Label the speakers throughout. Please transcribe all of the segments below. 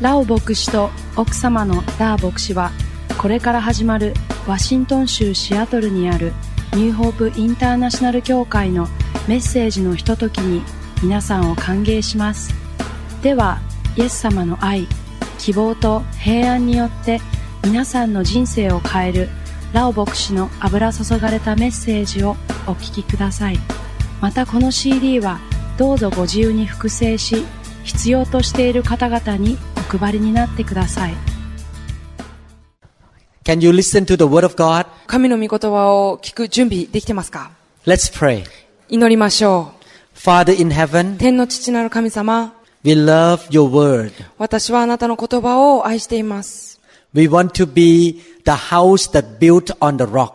Speaker 1: ラオ牧師と奥様のダー牧師はこれから始まるワシントン州シアトルにあるニューホープインターナショナル協会のメッセージのひとときに皆さんを歓迎しますではイエス様の愛希望と平安によって皆さんの人生を変えるラオ牧師の油注がれたメッセージをお聞きくださいまたこの CD はどうぞご自由に複製し必要としている方々にお配りになってください
Speaker 2: Can you listen to the word of God?
Speaker 3: 神の御言葉を聞く準備できてますか
Speaker 2: Let's pray.
Speaker 3: 祈りましょ
Speaker 2: Father in
Speaker 3: う。
Speaker 2: heaven,
Speaker 3: 天の父なる神様、
Speaker 2: we love your word.
Speaker 3: 私はあなたの言葉を愛しています。
Speaker 2: We want to be the house that built on the rock.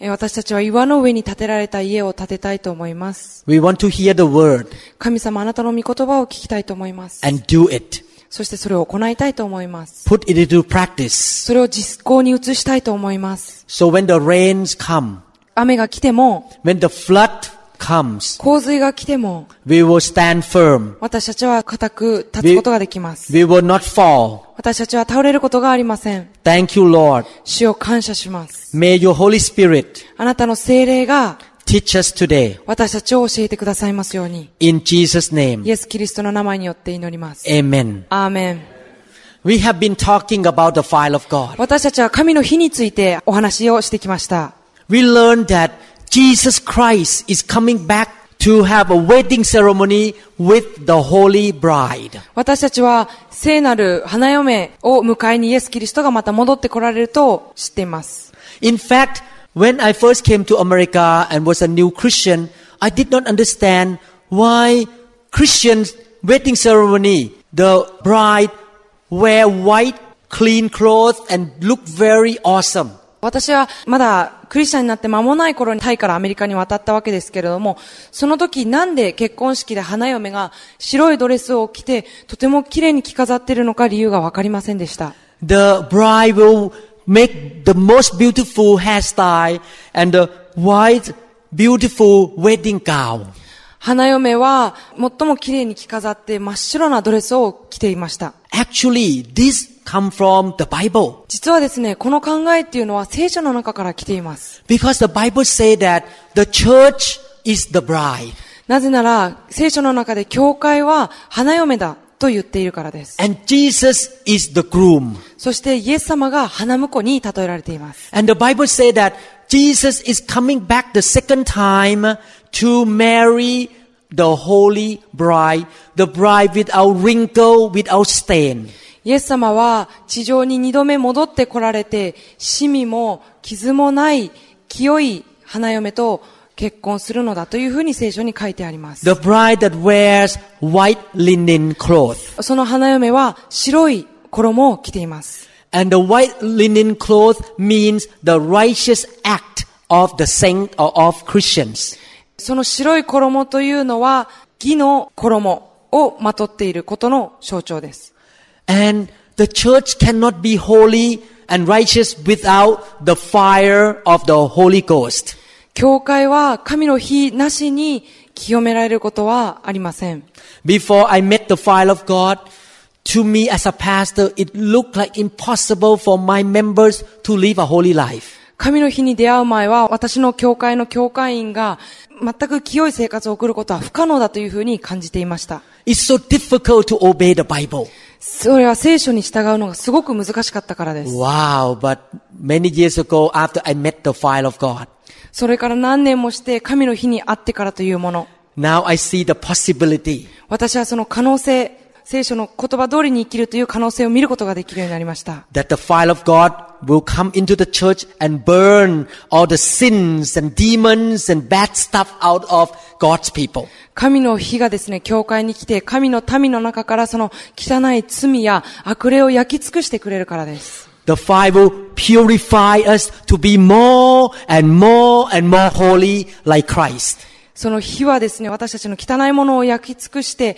Speaker 3: えー私たちは岩の上に建てられた家を建てたいと思います。
Speaker 2: We want to hear the word
Speaker 3: 神様、あなたの御言葉を聞きたいと思います。
Speaker 2: and do it.
Speaker 3: そしてそれを行いたいと思います。
Speaker 2: Put it into practice.
Speaker 3: それを実行に移したいと思います。
Speaker 2: So when the rains come,
Speaker 3: 雨が来ても、
Speaker 2: when the flood comes,
Speaker 3: 洪水が来ても、
Speaker 2: we will stand firm.
Speaker 3: 私たちは固く立つことができます。
Speaker 2: We will not fall.
Speaker 3: 私たちは倒れることがありません。
Speaker 2: Thank you, Lord.
Speaker 3: 主を感謝します。
Speaker 2: May your Holy Spirit
Speaker 3: あなたの精霊が
Speaker 2: teach us today.
Speaker 3: 私たちを教えてくださいますように。
Speaker 2: In Jesus' name.
Speaker 3: イエス・キリストの名前によって祈ります。
Speaker 2: Amen.
Speaker 3: アーメン。
Speaker 2: We have been talking about the file of God.
Speaker 3: 私たちは神の日についてお話をしてきました。
Speaker 2: We learned that Jesus Christ is coming back to have a wedding ceremony with the holy bride.
Speaker 3: 私たちは聖なる花嫁を迎えにイエス・キリストがまた戻ってこられると知っています。
Speaker 2: In fact, when I first came to America and was a new Christian, I did not understand why Christians wedding ceremony, the bride wear white clean clothes and look very awesome.
Speaker 3: 私はまだクリスチャンになって間もない頃にタイからアメリカに渡ったわけですけれども、その時なんで結婚式で花嫁が白いドレスを着てとても綺麗に着飾っているのか理由がわかりませんでした。
Speaker 2: The bride will make the most beautiful hairstyle and the white beautiful wedding gown.
Speaker 3: 花嫁は最も綺麗に着飾って真っ白なドレスを着ていました。
Speaker 2: Actually, this come from the Bible
Speaker 3: 実はですね、この考えっていうのは聖書の中から来ています。
Speaker 2: because the Bible say that the church is the bride
Speaker 3: なぜなら、聖書の中で教会は花嫁だと言っているからです。
Speaker 2: and Jesus is the groom.
Speaker 3: そしてイエス様が花婿に例えられています。
Speaker 2: And the Bible say that Jesus is coming back the second time to marry the holy bride, the bride without wrinkle, without stain.
Speaker 3: イエス様は地上に二度目戻って来られて、シミも傷もない清い花嫁と結婚するのだというふうに聖書に書いてあります。
Speaker 2: The bride that wears white linen cloth.
Speaker 3: その花嫁は白い衣を着ています。
Speaker 2: And the white linen cloth means the righteous act of the saint or of Christians.
Speaker 3: その白い衣というのは、義の衣をまとっていることの象徴です。
Speaker 2: And the church cannot be holy and righteous without the fire of the Holy Ghost.
Speaker 3: 教会は神の火なしに清められることはありません。
Speaker 2: Before I met the fire of God, to me as a pastor, it looked like impossible for my members to live a holy life.
Speaker 3: 神の火に出会う前は、私の教会の教会員が、全く清い生活を送ることは不可能だというふうに感じていました。
Speaker 2: It's so difficult to obey the Bible.
Speaker 3: それは聖書に従うのがすごく難しかったからです。
Speaker 2: Wow, but many years ago after I met the fire of God,
Speaker 3: それから何年もして神の火に会ってからというもの。
Speaker 2: now I see the possibility.
Speaker 3: 私はその可能性、聖書の言葉通りに生きるという可能性を見ることができるようになりました。
Speaker 2: that the fire of God will come into the church and burn all the sins and demons and bad stuff out of God's people.
Speaker 3: 神の火がですね、教会に来て、神の民の中からその汚い罪や悪霊を焼き尽くしてくれるからです。
Speaker 2: The fire will purify us to be more and more and more holy like Christ.
Speaker 3: その火はですね、私たちの汚いものを焼き尽くして、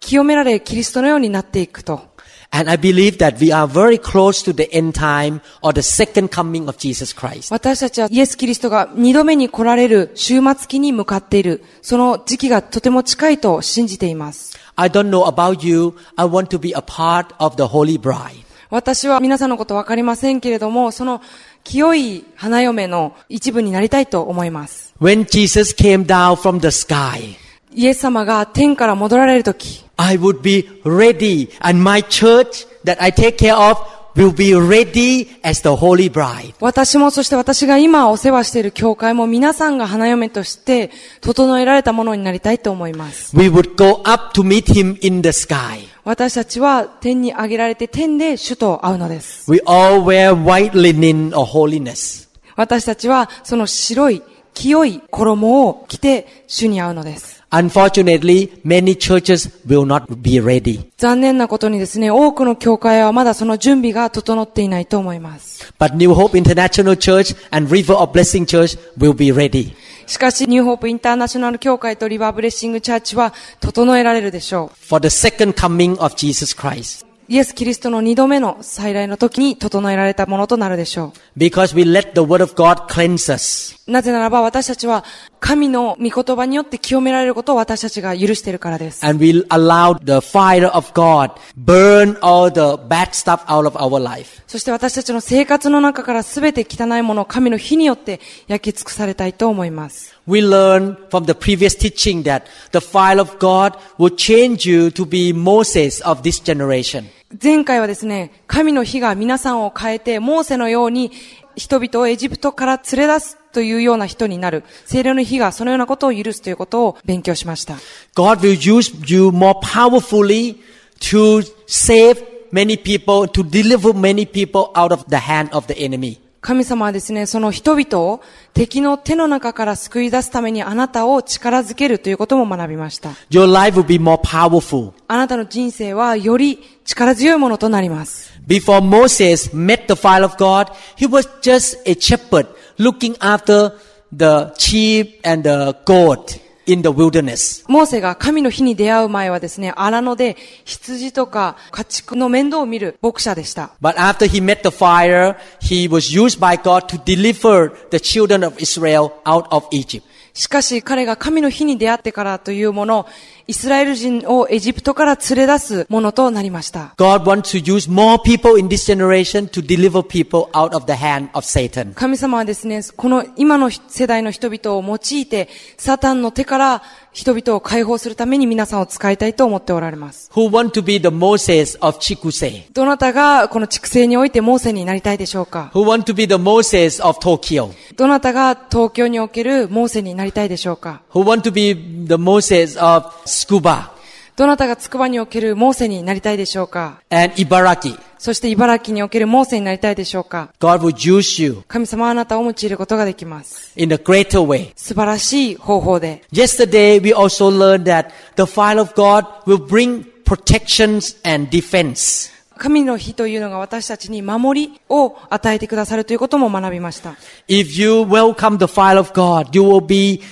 Speaker 3: 清められ、キリストのようになっていくと。
Speaker 2: And I believe that we are very close to the end time or the second coming of Jesus Christ.
Speaker 3: 私たちはイエス・キリストが二度目に来られる終末期に向かっている。その時期がとても近いと信じています。
Speaker 2: I don't know about you. I want to be a part of the holy bride.
Speaker 3: 私は皆さんのことわかりませんけれども、その清い花嫁の一部になりたいと思います。
Speaker 2: When Jesus came down from the sky,
Speaker 3: イエス様が天から戻られるとき、
Speaker 2: I would be ready and my church that I take care of will be ready as the holy bride.
Speaker 3: 私もそして私が今お世話している教会も皆さんが花嫁として整えられたものになりたいと思います。
Speaker 2: We would go up to meet him in the sky.
Speaker 3: 私たちは天に上げられて天で主と会うのです。
Speaker 2: We all wear white linen or holiness.
Speaker 3: 私たちはその白い清い衣を着て主に会うのです。
Speaker 2: Unfortunately, many churches will not be ready.
Speaker 3: 残念なことにですね、多くの教会はまだその準備が整っていないと思います。
Speaker 2: But New Hope International Church and River of Blessing Church will be ready.
Speaker 3: しかし、ニューホープインターナショナル協会とリバーブレッシングチャーチは整えられるでしょ
Speaker 2: for the second coming of Jesus Christ
Speaker 3: う。イエス・キリストの二度目の再来の時に整えられたものとなるでしょ
Speaker 2: because we let the word of God cleanse us.
Speaker 3: う。なぜならば私たちは神の御言葉によって清められることを私たちが許しているからです。
Speaker 2: And we allow the fire of God burn all the bad stuff out of our life.
Speaker 3: そして私たちの生活の中から全て汚いものを神の火によって焼き尽くされたいと思います。
Speaker 2: We learn from the previous teaching that the fire of God will change you to be Moses of this generation.
Speaker 3: 前回はですね、神の火が皆さんを変えて、モーセのように人々をエジプトから連れ出すというような人になる。聖霊の火がそのようなことを許すということを勉強しました。
Speaker 2: God will use you more powerfully to save many people, to deliver many people out of the hand of the enemy.
Speaker 3: 神様はですね、その人々を敵の手の中から救い出すためにあなたを力づけるということも学びました。
Speaker 2: Your life will be more powerful.
Speaker 3: あなたの人生はより力強いものとなります。
Speaker 2: Before Moses met the fire of God, he was just a shepherd looking after the sheep and the goat in the wilderness.
Speaker 3: モーセが神の火に出会う前はですね、荒野で羊とか家畜の面倒を見る牧者でした。
Speaker 2: But after he met the fire, he was used by God to deliver the children of Israel out of Egypt.
Speaker 3: しかし彼が神の火に出会ってからというもの、イスラエル人をエジプトから連れ出すものとなりました。
Speaker 2: God wants to use more people in this generation to deliver people out of the hand of Satan.
Speaker 3: 神様はですね、この今の世代の人々を用いて、サタンの手から人々を解放するために皆さんを使いたいと思っておられます。
Speaker 2: Who want to be the Moses of Chikuse?
Speaker 3: どなたがこの畜生においてモーセになりたいでしょうか
Speaker 2: Who want to be the Moses of Tokyo?
Speaker 3: どなたが東京におけるモーセになりたいでしょうか
Speaker 2: Who want to be the Moses of Scuba
Speaker 3: どなたが筑波におけるモーセになりたいでしょうか
Speaker 2: and Ibaraki?
Speaker 3: そして茨城におけるモーセになりたいでしょうか
Speaker 2: God will use you
Speaker 3: 神様はあなたを用いることができます。
Speaker 2: in a greater way.
Speaker 3: 素晴らしい方法で。
Speaker 2: Yesterday, we also learned that the fire of God will bring protections and defense.
Speaker 3: 神の日というのが私たちに守りを与えてくださるということも学びました。
Speaker 2: If you welcome the fire of God, you will be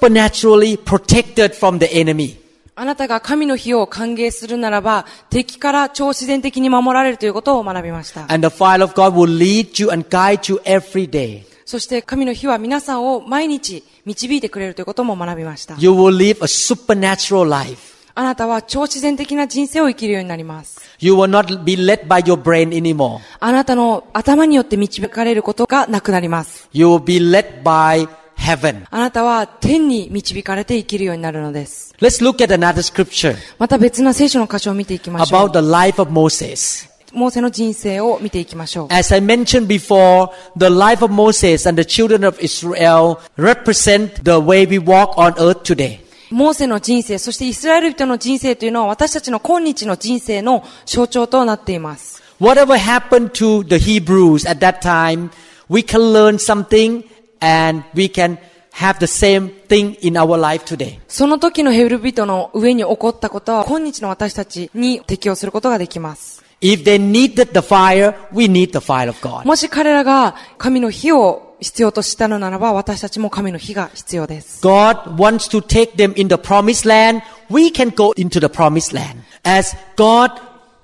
Speaker 2: supernaturally protected from the enemy.
Speaker 3: あなたが神の日を歓迎するならば、敵から超自然的に守られるということを学びました。
Speaker 2: And the fire of God will lead you and guide you every day.
Speaker 3: そして神の日は皆さんを毎日導いてくれるということも学びました。
Speaker 2: You will live a supernatural life.
Speaker 3: あなたは超自然的な人生を生きるようになります。
Speaker 2: You will not be led by your brain anymore.
Speaker 3: あなたの頭によって導かれることがなくなります。
Speaker 2: You will be led by heaven.
Speaker 3: あなたは天に導かれて生きるようになるのです。
Speaker 2: Let's look at another scripture
Speaker 3: また別な聖書の箇所を見ていきましょう
Speaker 2: about。the life of Moses.
Speaker 3: モーセの人生を見ていきましょう。
Speaker 2: As I mentioned before, the life of Moses and the children of Israel represent the way we walk on earth today.
Speaker 3: モーセの人生、そしてイスラエル人の人生というのは私たちの今日の人生の象徴となっています。
Speaker 2: Whatever happened to the Hebrews at that time, we can learn something and we can have the same thing in our life today.
Speaker 3: その時のヘブル人の上に起こったことは今日の私たちに適用することができます。
Speaker 2: If they needed the fire, we need the fire of God.
Speaker 3: もし彼らが神の火を必要としたのならば私たちも神の火が必要です。
Speaker 2: God wants to take them in the promised land. We can go into the promised land. As God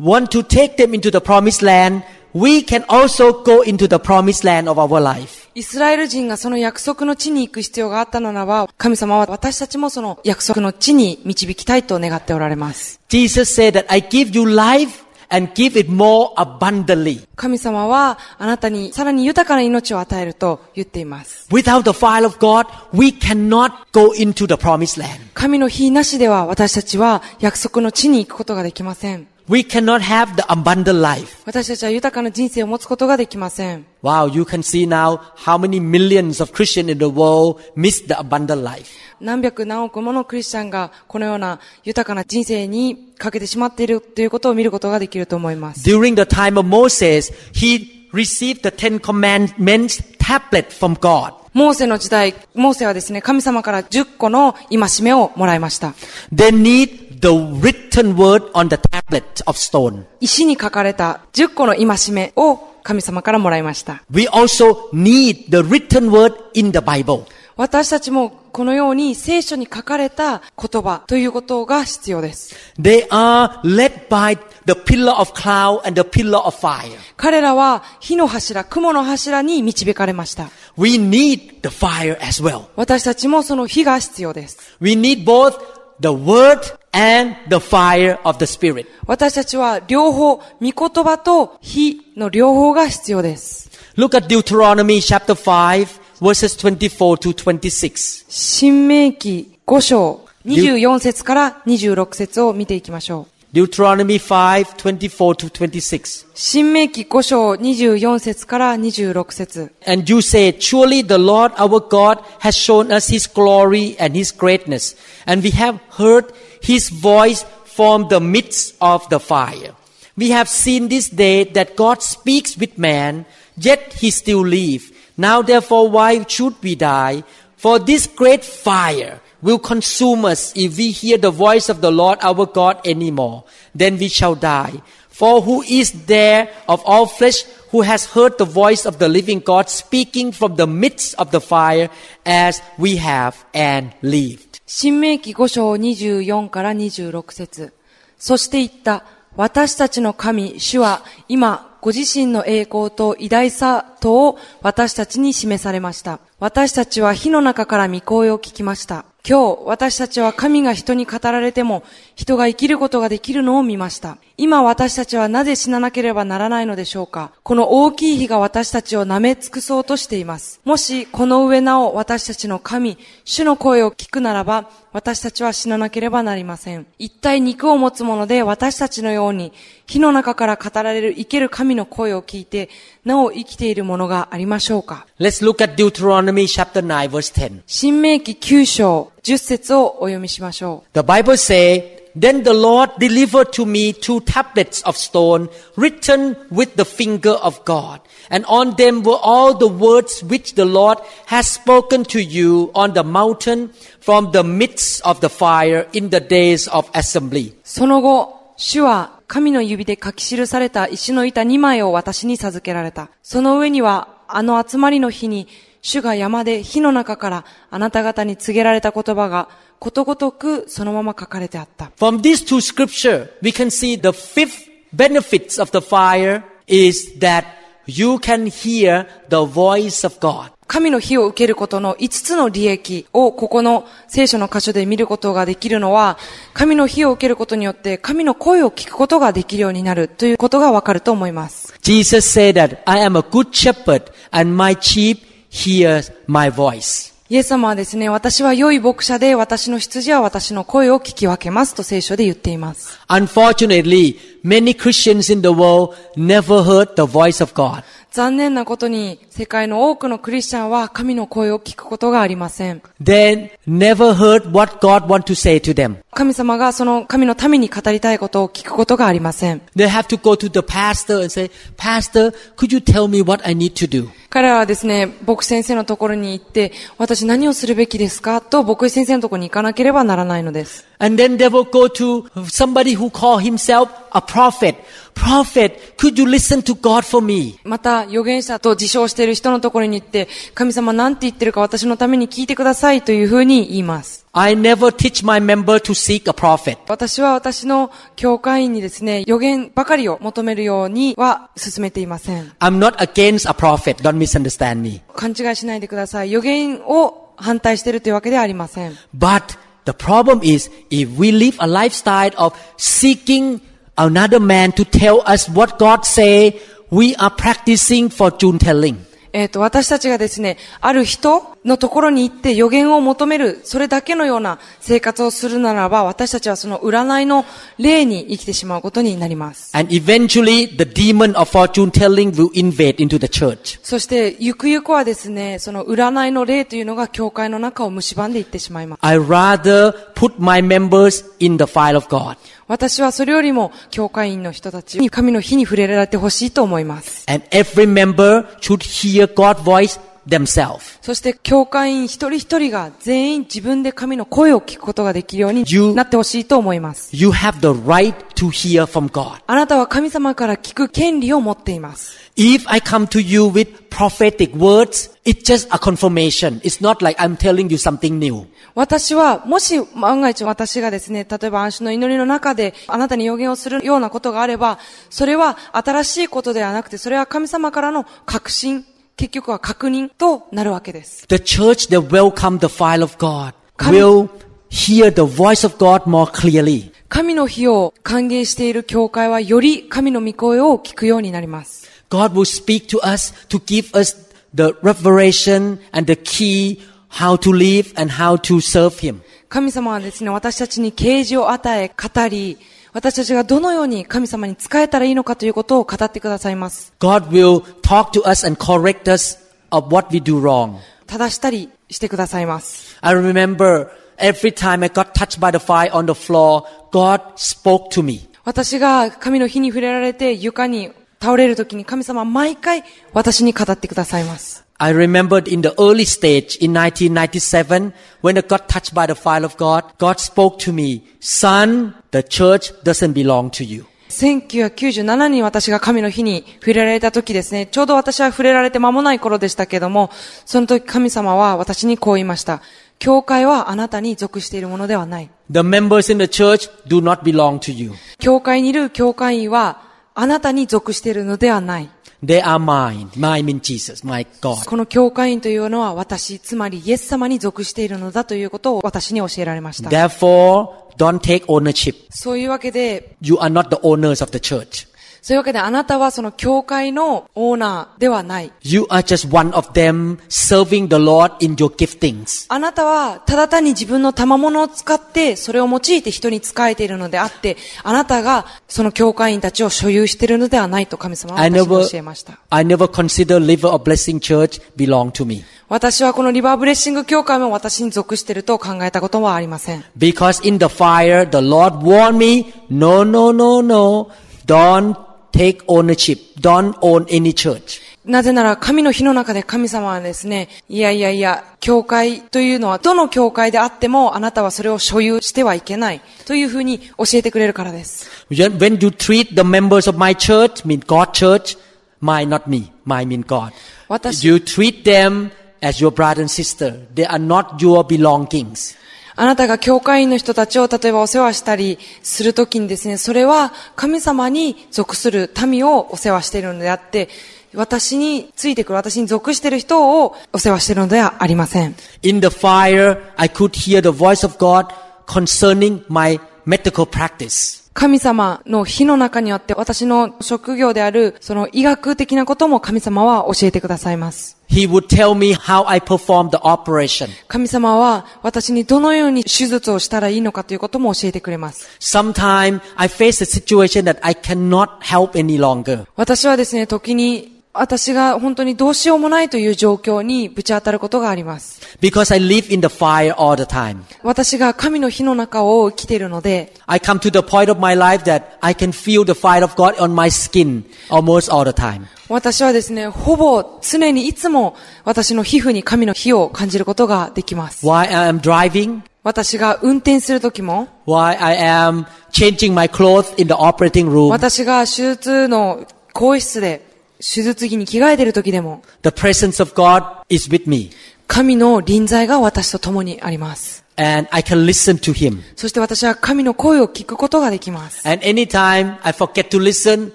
Speaker 2: wants to take them into the promised land, we can also go into the promised land of our life.
Speaker 3: イスラエル人がその約束の地に行く必要があったのならば、神様は私たちもその約束の地に導きたいと願っておられます。
Speaker 2: Jesus said that I give you life and give it more abundantly.
Speaker 3: 神様はあなたにさらに豊かな命を与えると言っています。
Speaker 2: Without the fire of God, we cannot go into the promised land.
Speaker 3: 神の火なしでは私たちは約束の地に行くことができません。
Speaker 2: We cannot have the abundant life.
Speaker 3: 私たちは豊かな人生を持つことができません。
Speaker 2: Wow, you can see now how many millions of Christians in the world miss the abundant life.
Speaker 3: 何百何億ものクリスチャンがこのような豊かな人生にかけてしまっているということを見ることができると思います。
Speaker 2: During the time of Moses, he received the Ten Commandments tablet from God.
Speaker 3: モーセの時代、モーセはですね、神様から10個の戒めをもらいました。
Speaker 2: They need the written word on the tablet of stone.
Speaker 3: 石に書かれた10個の戒めを神様からもらいました。
Speaker 2: We also need the written word in the Bible.
Speaker 3: 私たちもこのように聖書に書かれた言葉ということが必要です。
Speaker 2: They are led by the pillar of cloud and the pillar of fire.
Speaker 3: 彼らは火の柱、雲の柱に導かれました。
Speaker 2: We need the fire as well.
Speaker 3: 私たちもその火が必要です。
Speaker 2: We need both the word and the fire of the spirit.
Speaker 3: 私たちは両方、御言葉と火の両方が必要です。
Speaker 2: Look at Deuteronomy chapter 5 verses 24 to 26.
Speaker 3: 新明記5章24節から26節を見ていきましょう。
Speaker 2: Deuteronomy 5 24 to 26.
Speaker 3: 新明記5章24節から26節
Speaker 2: And you said, Surely the Lord our God has shown us his glory and his greatness, and we have heard his voice from the midst of the fire. We have seen this day that God speaks with man, yet he still lives. Now therefore, why should we die? For this great fire will consume us if we hear the voice of the Lord our God anymore. Then we shall die. For who is there of all flesh who has heard the voice of the living God speaking from the midst of the fire as we have and lived?
Speaker 3: 新明記5章24から26節そして言った、私たちの神、主は今、ご自身の栄光と偉大さとを私たちに示されました。私たちは火の中から御声を聞きました。今日、私たちは神が人に語られても、人が生きることができるのを見ました。今私たちはなぜ死ななければならないのでしょうかこの大きい火が私たちを舐め尽くそうとしています。もし、この上なお私たちの神、主の声を聞くならば、私たちは死ななければなりません。一体肉を持つもので私たちのように、火の中から語られる生ける神の声を聞いて、なお生きているものがありましょうか
Speaker 2: Let's look at Deuteronomy chapter 9 verse 10.
Speaker 3: 新明記9章、10節をお読みしましょう。
Speaker 2: The Bible say, Then the Lord delivered to me two tablets of stone written with the finger of God, and on them were all the words which the Lord has spoken to you on the mountain from the midst of the fire in the days of assembly.
Speaker 3: その後、主は神の指で書き記された石の板2枚を私に授けられた。その上には、あの集まりの日に、主が山で火の中からあなた方に告げられた言葉がことごとくそのまま書かれてあった。
Speaker 2: From these two scripture, we can see the fifth benefits of the fire is that you can hear the voice of God.
Speaker 3: 神の火を受けることの5つの利益をここの聖書の箇所で見ることができるのは、神の火を受けることによって神の声を聞くことができるようになるということがわかると思います。
Speaker 2: Jesus said that I am a good shepherd and my sheep hears my voice.
Speaker 3: イエス様はですね、私は良い牧者で、私の羊は私の声を聞き分けますと聖書で言っています。
Speaker 2: Unfortunately, many Christians in the world never heard the voice of God.
Speaker 3: 残念なことに、世界の多くのクリスチャンは神の声を聞くことがありません。
Speaker 2: They never heard what God wants to say to them.
Speaker 3: 神様がその神の民に語りたいことを聞くことがありません。
Speaker 2: They have to go to the pastor and say, Pastor, could you tell me what I need to do?
Speaker 3: 彼らはですね、牧師先生のところに行って、私何をするべきですかと牧師先生のところに行かなければならないのです。
Speaker 2: And then they will go to somebody who call himself a prophet. Prophet, could you listen to God for me?
Speaker 3: また、預言者と自称している人のところに行って、神様なんて言ってるか私のために聞いてくださいというふうに言います。
Speaker 2: I never teach my member to seek a prophet.
Speaker 3: 私は私の教会員にですね、予言ばかりを求めるようには進めていません。
Speaker 2: I'm not against a prophet. Don't misunderstand me.
Speaker 3: 勘違いしないでください。予言を反対しているというわけではありません。
Speaker 2: But the problem is if we live a lifestyle of seeking another man to tell us what God say, we are practicing fortune telling.
Speaker 3: えっ、と、私たちがですね、ある人のところに行って予言を求める、それだけのような生活をするならば、私たちはその占いの霊に生きてしまうことになります。
Speaker 2: And eventually the demon of fortune telling will invade into the church.
Speaker 3: そして、ゆくゆくはですね、その占いの霊というのが教会の中を蝕んでいってしまいます。
Speaker 2: I rather put my members in the file of God.
Speaker 3: 私はそれよりも、教会員の人たちに神の火に触れられてほしいと思います。
Speaker 2: And every member should hear God's voice themselves.
Speaker 3: そして、教会員一人一人が全員自分で神の声を聞くことができるように
Speaker 2: You-
Speaker 3: なってほしいと思います。
Speaker 2: You have the right to hear from God.
Speaker 3: あなたは神様から聞く権利を持っています。
Speaker 2: If I come to you with prophetic words, it's just a confirmation. It's not like I'm telling you something new.
Speaker 3: 私は、もし万が一私がですね、例えば安心の祈りの中で、あなたに予言をするようなことがあれば、それは新しいことではなくて、それは神様からの確信、結局は確認となるわけです。
Speaker 2: The church that welcome the file of God
Speaker 3: Come-
Speaker 2: will hear the voice of God more clearly.
Speaker 3: 神の日を歓迎している教会は、より神の御声を聞くようになります。
Speaker 2: God will speak to us to give us the revelation and the key how to live and how to serve Him.
Speaker 3: 神様はですね、私たちに啓示を与え、語り、私たちがどのように神様に仕えたらいいのかということを語ってくださいます。
Speaker 2: God will talk to us and correct us of what we do wrong.
Speaker 3: 正したりしてくださいます。
Speaker 2: I remember every time I got touched by the fire on the floor, God spoke to me.
Speaker 3: 私が神の火に触れられて床に倒れるときに神様は毎回私に語ってくださいます。
Speaker 2: I remembered in the early stage in 1997 when I got touched by the fire of God, God spoke to me, son, the church doesn't belong to you.
Speaker 3: 1997年に私が神の火に触れられた時ですね、ちょうど私は触れられて間もない頃でしたけども、その時神様は私にこう言いました。教会はあなたに属しているものではない。
Speaker 2: The members in the church do not belong to you.
Speaker 3: 教会にいる教会員はあなたに属しているのではない。
Speaker 2: They are mine. Mine means Jesus, my God.
Speaker 3: この教会員というのは私、つまりイエス様に属しているのだということを私に教えられました。
Speaker 2: Therefore, don't take ownership.
Speaker 3: そういうわけで、
Speaker 2: You are not the owners of the church.
Speaker 3: そういうわけであなたはその教会のオーナーではない。
Speaker 2: You are just one of them serving the Lord in your giftings.
Speaker 3: あなたはただ単に自分の賜物を使ってそれを用いて人に仕えているのであって、あなたがその教会員たちを所有しているのではないと神様は
Speaker 2: I
Speaker 3: 私に
Speaker 2: never,
Speaker 3: 教えました。
Speaker 2: I never consider Liver of Blessing Church belong to me.
Speaker 3: 私はこのリバーブレッシング教会も私に属していると考えたことはありません。
Speaker 2: Because in the fire, the Lord warned me, no, no, no, no, don't take ownership. Don't own any church.
Speaker 3: なぜなら神の日の中で神様はですね、いやいやいや、教会というのはどの教会であってもあなたはそれを所有してはいけないというふうに教えてくれるからです。
Speaker 2: When when you treat the members of my church, mean God church, my, not me, my mean God.
Speaker 3: 私-
Speaker 2: You treat them as your brother and sister. They are not your belongings.
Speaker 3: あなたが教会員の人たちを例えばお世話したりするときにですね、それは神様に属する民をお世話しているのであって、私についてくる、私に属している人をお世話しているのではありません。
Speaker 2: In the fire, I could hear the voice of God concerning my medical practice.
Speaker 3: 神様の火の中にあって私の職業であるその医学的なことも神様は教えてくださいます。
Speaker 2: He would tell me how I perform the operation.
Speaker 3: 神様は私にどのように手術をしたらいいのかということも教えてくれます。
Speaker 2: Sometimes I face a situation that I cannot help any longer.
Speaker 3: 私はですね、時に、私が本当にどうしようもないという状況にぶち当たることがあります。
Speaker 2: Because I live in the fire all the time.
Speaker 3: 私が神の火の中を生きているので、
Speaker 2: I come to the point of my life that I can feel the fire of God on my skin almost all the time.
Speaker 3: 私はですね、ほぼ常にいつも私の皮膚に神の火を感じることができます。
Speaker 2: While I am driving,
Speaker 3: 私が運転する時も、
Speaker 2: Why I am changing my clothes in the operating room.
Speaker 3: 私が手術の更衣室で手術着に着替えてる時でも、
Speaker 2: The presence of God is with me.
Speaker 3: 神の臨在が私と共にあります。
Speaker 2: And I can listen to Him.
Speaker 3: そして私は神の声を聞くことができます。
Speaker 2: And anytime I forget to listen,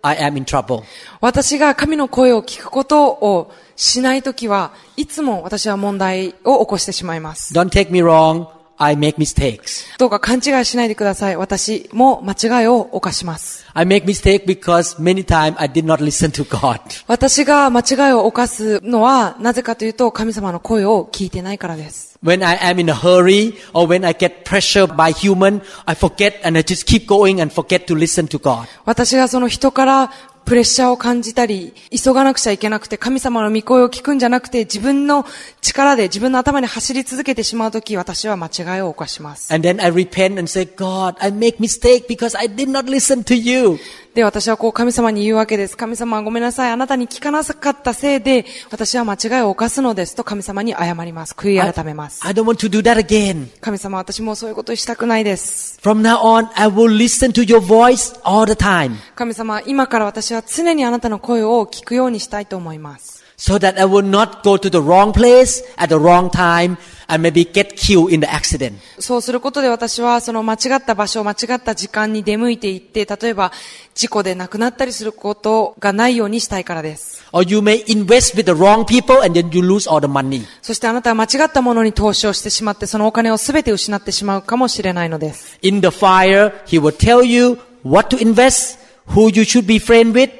Speaker 2: I am in trouble.
Speaker 3: 私が神の声を聞くことをしない時はいつも私は問題を起こしてしまいます。
Speaker 2: Don't take me wrong. I make mistakes.
Speaker 3: どうか勘違いしないでください。私も間違いを犯します。
Speaker 2: I make mistake because many times I did not listen to God.
Speaker 3: 私が間違いを犯すのは、なぜかというと神様の声を聞いてないからです。
Speaker 2: When I am in a hurry or when I get pressure by human, I forget and I just keep going and forget to listen to God.
Speaker 3: 私がその人からプレッシャーを感じたり、急がなくちゃいけなくて、神様の御声を聞くんじゃなくて、自分の力で自分の頭に走り続けてしまうとき、私は間違いを犯します。
Speaker 2: And then I repent and say, God, I make mistake because I did not listen to you.
Speaker 3: で、私はこう神様に言うわけです。神様ごめんなさい。あなたに聞かなかったせいで、私は間違いを犯すのですと神様に謝ります。悔い改めます。
Speaker 2: I don't want to do that again.
Speaker 3: 神様、私もうそういうことしたくないです。
Speaker 2: From now on, I will listen to your voice all the time
Speaker 3: 神様、今から私は常にあなたの声を聞くようにしたいと思います。
Speaker 2: so that I will not go to the wrong place at the wrong time and maybe get killed in the accident.
Speaker 3: そうすることで私はその間違った場所、間違った時間に出向いていって、例えば事故で亡くなったりすることがないようにしたいからです。
Speaker 2: Or you may invest with the wrong people and then you lose all the money.
Speaker 3: そしてあなたは間違ったものに投資をしてしまって、そのお金を全て失ってしまうかもしれないのです。
Speaker 2: In the fire, he will tell you what to invest, who you should be friend with,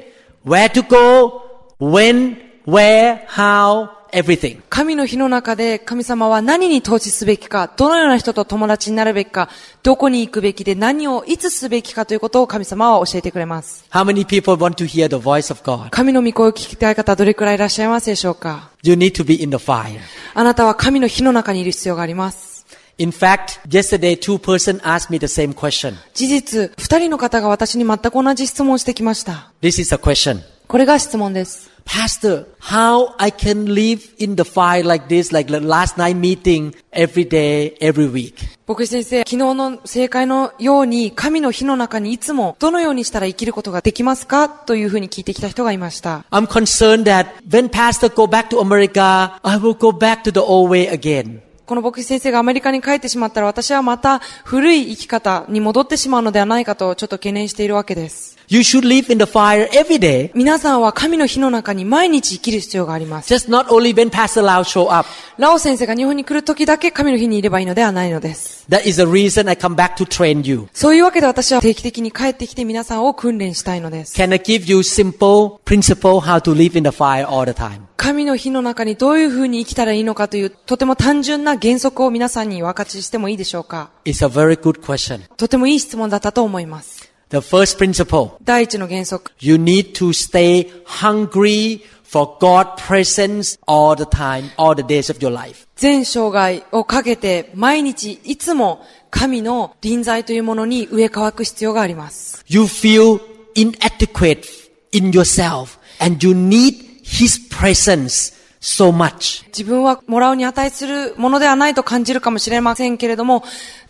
Speaker 2: where to go, when, where, how, everything.
Speaker 3: 神の日の中で神様は何に投資すべきか、どのような人と友達になるべきか、どこに行くべきで何をいつすべきかということを神様は教えてくれます。
Speaker 2: How many people want to hear the voice of God?
Speaker 3: 神の御声を聞きたい方どれくらいいらっしゃいますでしょうか
Speaker 2: You need to be in the fire.
Speaker 3: あなたは神の火の中にいる必要があります。
Speaker 2: In fact, yesterday two person asked me the same question.
Speaker 3: 事実、二人の方が私に全く同じ質問をしてきました。
Speaker 2: This is a question.
Speaker 3: これが質問です。
Speaker 2: Pastor, how I can live in the fire like this, like the last night meeting every day, every week?
Speaker 3: 牧師先生、昨日の正解のように神の火の中にいつもどのようにしたら生きることができますかというふうに聞いてきた人がいました。
Speaker 2: I'm concerned that when pastor go back to America, I will go back to the old way again.
Speaker 3: この牧師先生がアメリカに帰ってしまったら私はまた古い生き方に戻ってしまうのではないかとちょっと懸念しているわけです。
Speaker 2: You should live in the fire every day.
Speaker 3: 皆さんは神の火の中に毎日生きる必要があります。
Speaker 2: Just not only when Pastor Lau show up.
Speaker 3: ラオ先生が日本に来る時だけ神の火にいればいいのではないのです。
Speaker 2: That is the reason I come back to train you.
Speaker 3: そういうわけで私は定期的に帰ってきて皆さんを訓練したいのです。
Speaker 2: Can I give you simple principle how to live in the fire all the time?
Speaker 3: 神の火の中にどういうふうに生きたらいいのかというとても単純な原則を皆さんに分かちしてもいいでしょうか
Speaker 2: It's a very good question.
Speaker 3: とてもいい質問だったと思います。
Speaker 2: The first principle,
Speaker 3: 第一の原則。
Speaker 2: you need to stay hungry for God presence all the time, all the days of your life.
Speaker 3: 全生涯をかけて毎日いつも神の臨在というものに植え替わく必要があります。
Speaker 2: You feel inadequate in yourself and you need His presence so much.
Speaker 3: 自分はもらうに値するものではないと感じるかもしれませんけれども、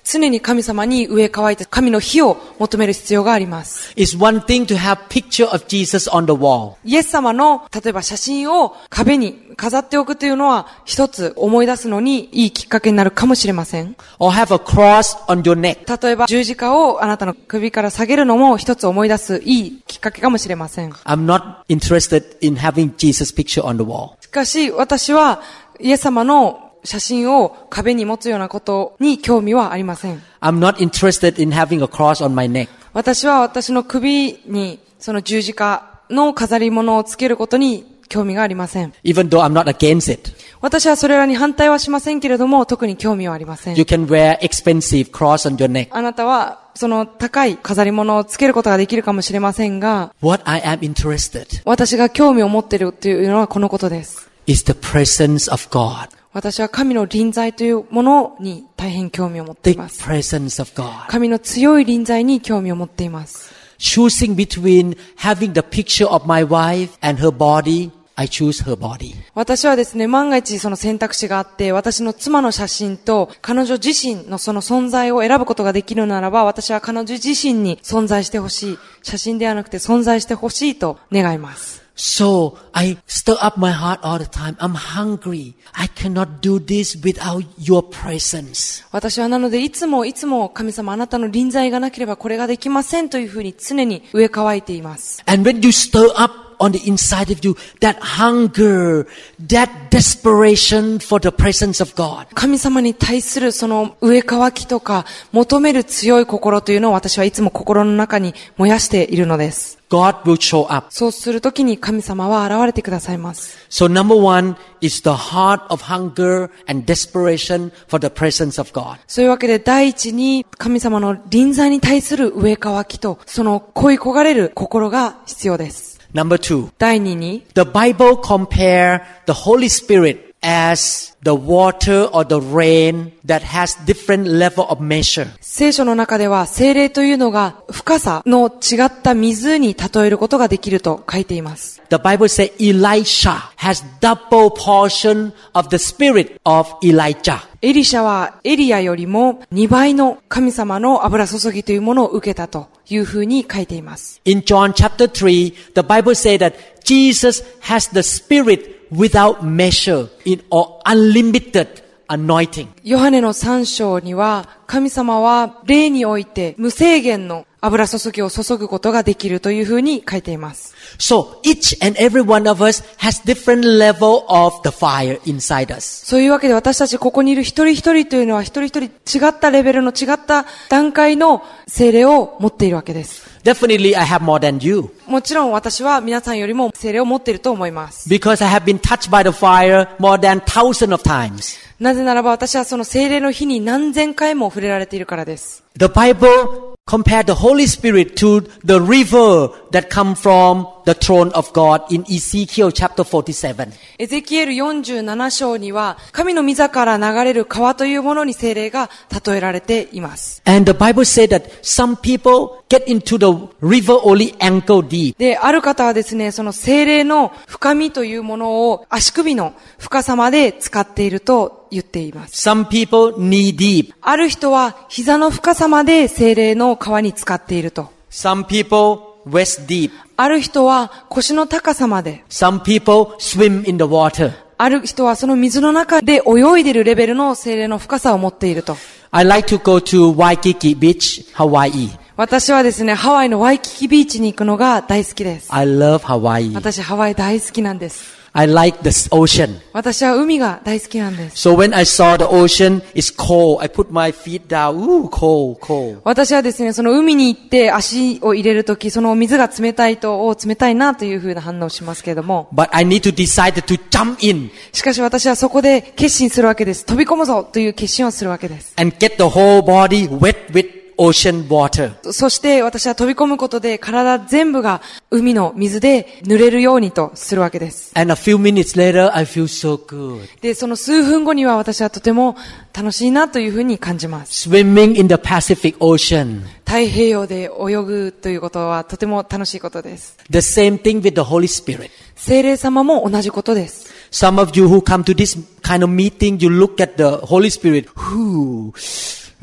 Speaker 3: 常に神様に植え替わいて神の火を求める必要があります。
Speaker 2: It's one thing to have picture of Jesus on the wall.
Speaker 3: イエス様の例えば写真を壁に飾っておくというのは一つ思い出すのにいいきっかけになるかもしれません。
Speaker 2: or have a cross on your neck.
Speaker 3: 例えば十字架をあなたの首から下げるのも一つ思い出すいいきっかけかもしれません。
Speaker 2: I'm not interested in having Jesus picture on the wall.
Speaker 3: しかし、私は、イエス様の写真を壁に持つようなことに興味はありません。
Speaker 2: I'm not interested in having a cross on my neck.
Speaker 3: 私は私の首に、その十字架の飾り物をつけることに興味がありません。
Speaker 2: Even though I'm not against it.
Speaker 3: 私はそれらに反対はしませんけれども、特に興味はありませ
Speaker 2: You
Speaker 3: ん。
Speaker 2: can wear expensive cross on your neck.
Speaker 3: あなたは、その高い飾り物をつけることができるかもしれませんが、
Speaker 2: What I am interested
Speaker 3: 私が興味を持っているというのはこのことです。
Speaker 2: is the presence of God.
Speaker 3: 私は神の臨在というものに大変興味を持ってい
Speaker 2: The
Speaker 3: ます。
Speaker 2: presence of God.
Speaker 3: 神の強い臨在に興味を持っています。
Speaker 2: Choosing between having the picture of my wife and her body I choose her body.
Speaker 3: 私はですね、万が一その選択肢があって、私の妻の写真と彼女自身のその存在を選ぶことができるならば、私は彼女自身に存在してほしい。写真ではなくて存在してほしいと願います。
Speaker 2: So I stir up my heart all the time. I'm hungry. I cannot do this without your presence.
Speaker 3: 私はなのでいつもいつも神様あなたの臨在がなければこれができませんというふうに常に植え乾いています。
Speaker 2: And when you stir up on the inside of you that hunger, that desperation for the presence of God,
Speaker 3: 神様に対するその植え乾きとか求める強い心というのを私はいつも心の中に燃やしているのです。
Speaker 2: God will show up.
Speaker 3: そうするときに神様は現れてくださいます。
Speaker 2: So number one is the heart of hunger and desperation for the presence of God.
Speaker 3: そういうわけで第一に神様の臨在に対する上乾きとその恋焦がれる心が必要です。
Speaker 2: Number two,
Speaker 3: 第二に
Speaker 2: the Bible compare the Holy Spirit as the water or the rain that has different level of measure.
Speaker 3: 聖書の中では精霊というのが深さの違った水に例えることができると書いています。
Speaker 2: The Bible says Elisha has double portion of the spirit of Elijah.
Speaker 3: エリシャはエリアよりも2倍の神様の油注ぎというものを受けたというふうに書いています。
Speaker 2: In John chapter 3, the Bible says that Jesus has the spirit without measure in or unlimited anointing.
Speaker 3: ヨハネの3章には神様は霊において無制限の油注ぎを注ぐことができるというふうに書いています。
Speaker 2: So each and every one of us has different level of the fire inside us.
Speaker 3: そういうわけで私たちここにいる一人一人というのは一人一人違ったレベルの違った段階の精霊を持っているわけです。
Speaker 2: Definitely I have more than you
Speaker 3: もちろん私は皆さんよりも精霊を持っていると思います。
Speaker 2: because I have been touched by the fire more than thousand of times.
Speaker 3: なぜならば私はその精霊の日に何千回も触れられているからです。
Speaker 2: The Bible compared the Holy Spirit to the river that come from the throne of God in Ezekiel chapter 47.
Speaker 3: エゼキエル47章には神の御座から流れる川というものに精霊が例えられています。
Speaker 2: And the Bible said that some people get into the river only ankle deep.
Speaker 3: で、ある方はですね、その精霊の深みというものを足首の深さまで使っていると言っています。
Speaker 2: Some people knee deep.
Speaker 3: ある人は膝の深さまで精霊の川に使っていると。
Speaker 2: Some people waist deep.
Speaker 3: ある人は腰の高さまで。
Speaker 2: Some people swim in the water.
Speaker 3: ある人はその水の中で泳いでるレベルの精霊の深さを持っていると。
Speaker 2: I like to go to Waikiki Beach, Hawaii.
Speaker 3: 私はですね、ハワイのワイキキビーチに行くのが大好きです。
Speaker 2: I love Hawaii.
Speaker 3: 私ハワイ大好きなんです。
Speaker 2: I like the ocean.
Speaker 3: 私は海が大好きなんです。
Speaker 2: So when I saw the ocean, it's cold. I put my feet down. Ooh, cold, cold.
Speaker 3: 私はですね、その海に行って足を入れるとき、その水が冷たいと、お冷たいなというふうな反応をしますけれども、
Speaker 2: But I need to decide to jump in
Speaker 3: しかし私はそこで決心するわけです。飛び込むぞという決心をするわけです。
Speaker 2: and get the whole body wet with ocean water.
Speaker 3: そして私は飛び込むことで体全部が海の水で濡れるようにとするわけです。
Speaker 2: And a few minutes later, I feel so good.
Speaker 3: で、その数分後には私はとても楽しいなというふうに感じます。
Speaker 2: Swimming in the Pacific Ocean.
Speaker 3: 太平洋で泳ぐということはとても楽しいことです。
Speaker 2: The same thing with the Holy Spirit.
Speaker 3: 精霊様も同じことです。
Speaker 2: Some of you who come to this kind of meeting, you look at the Holy Spirit. Ooh,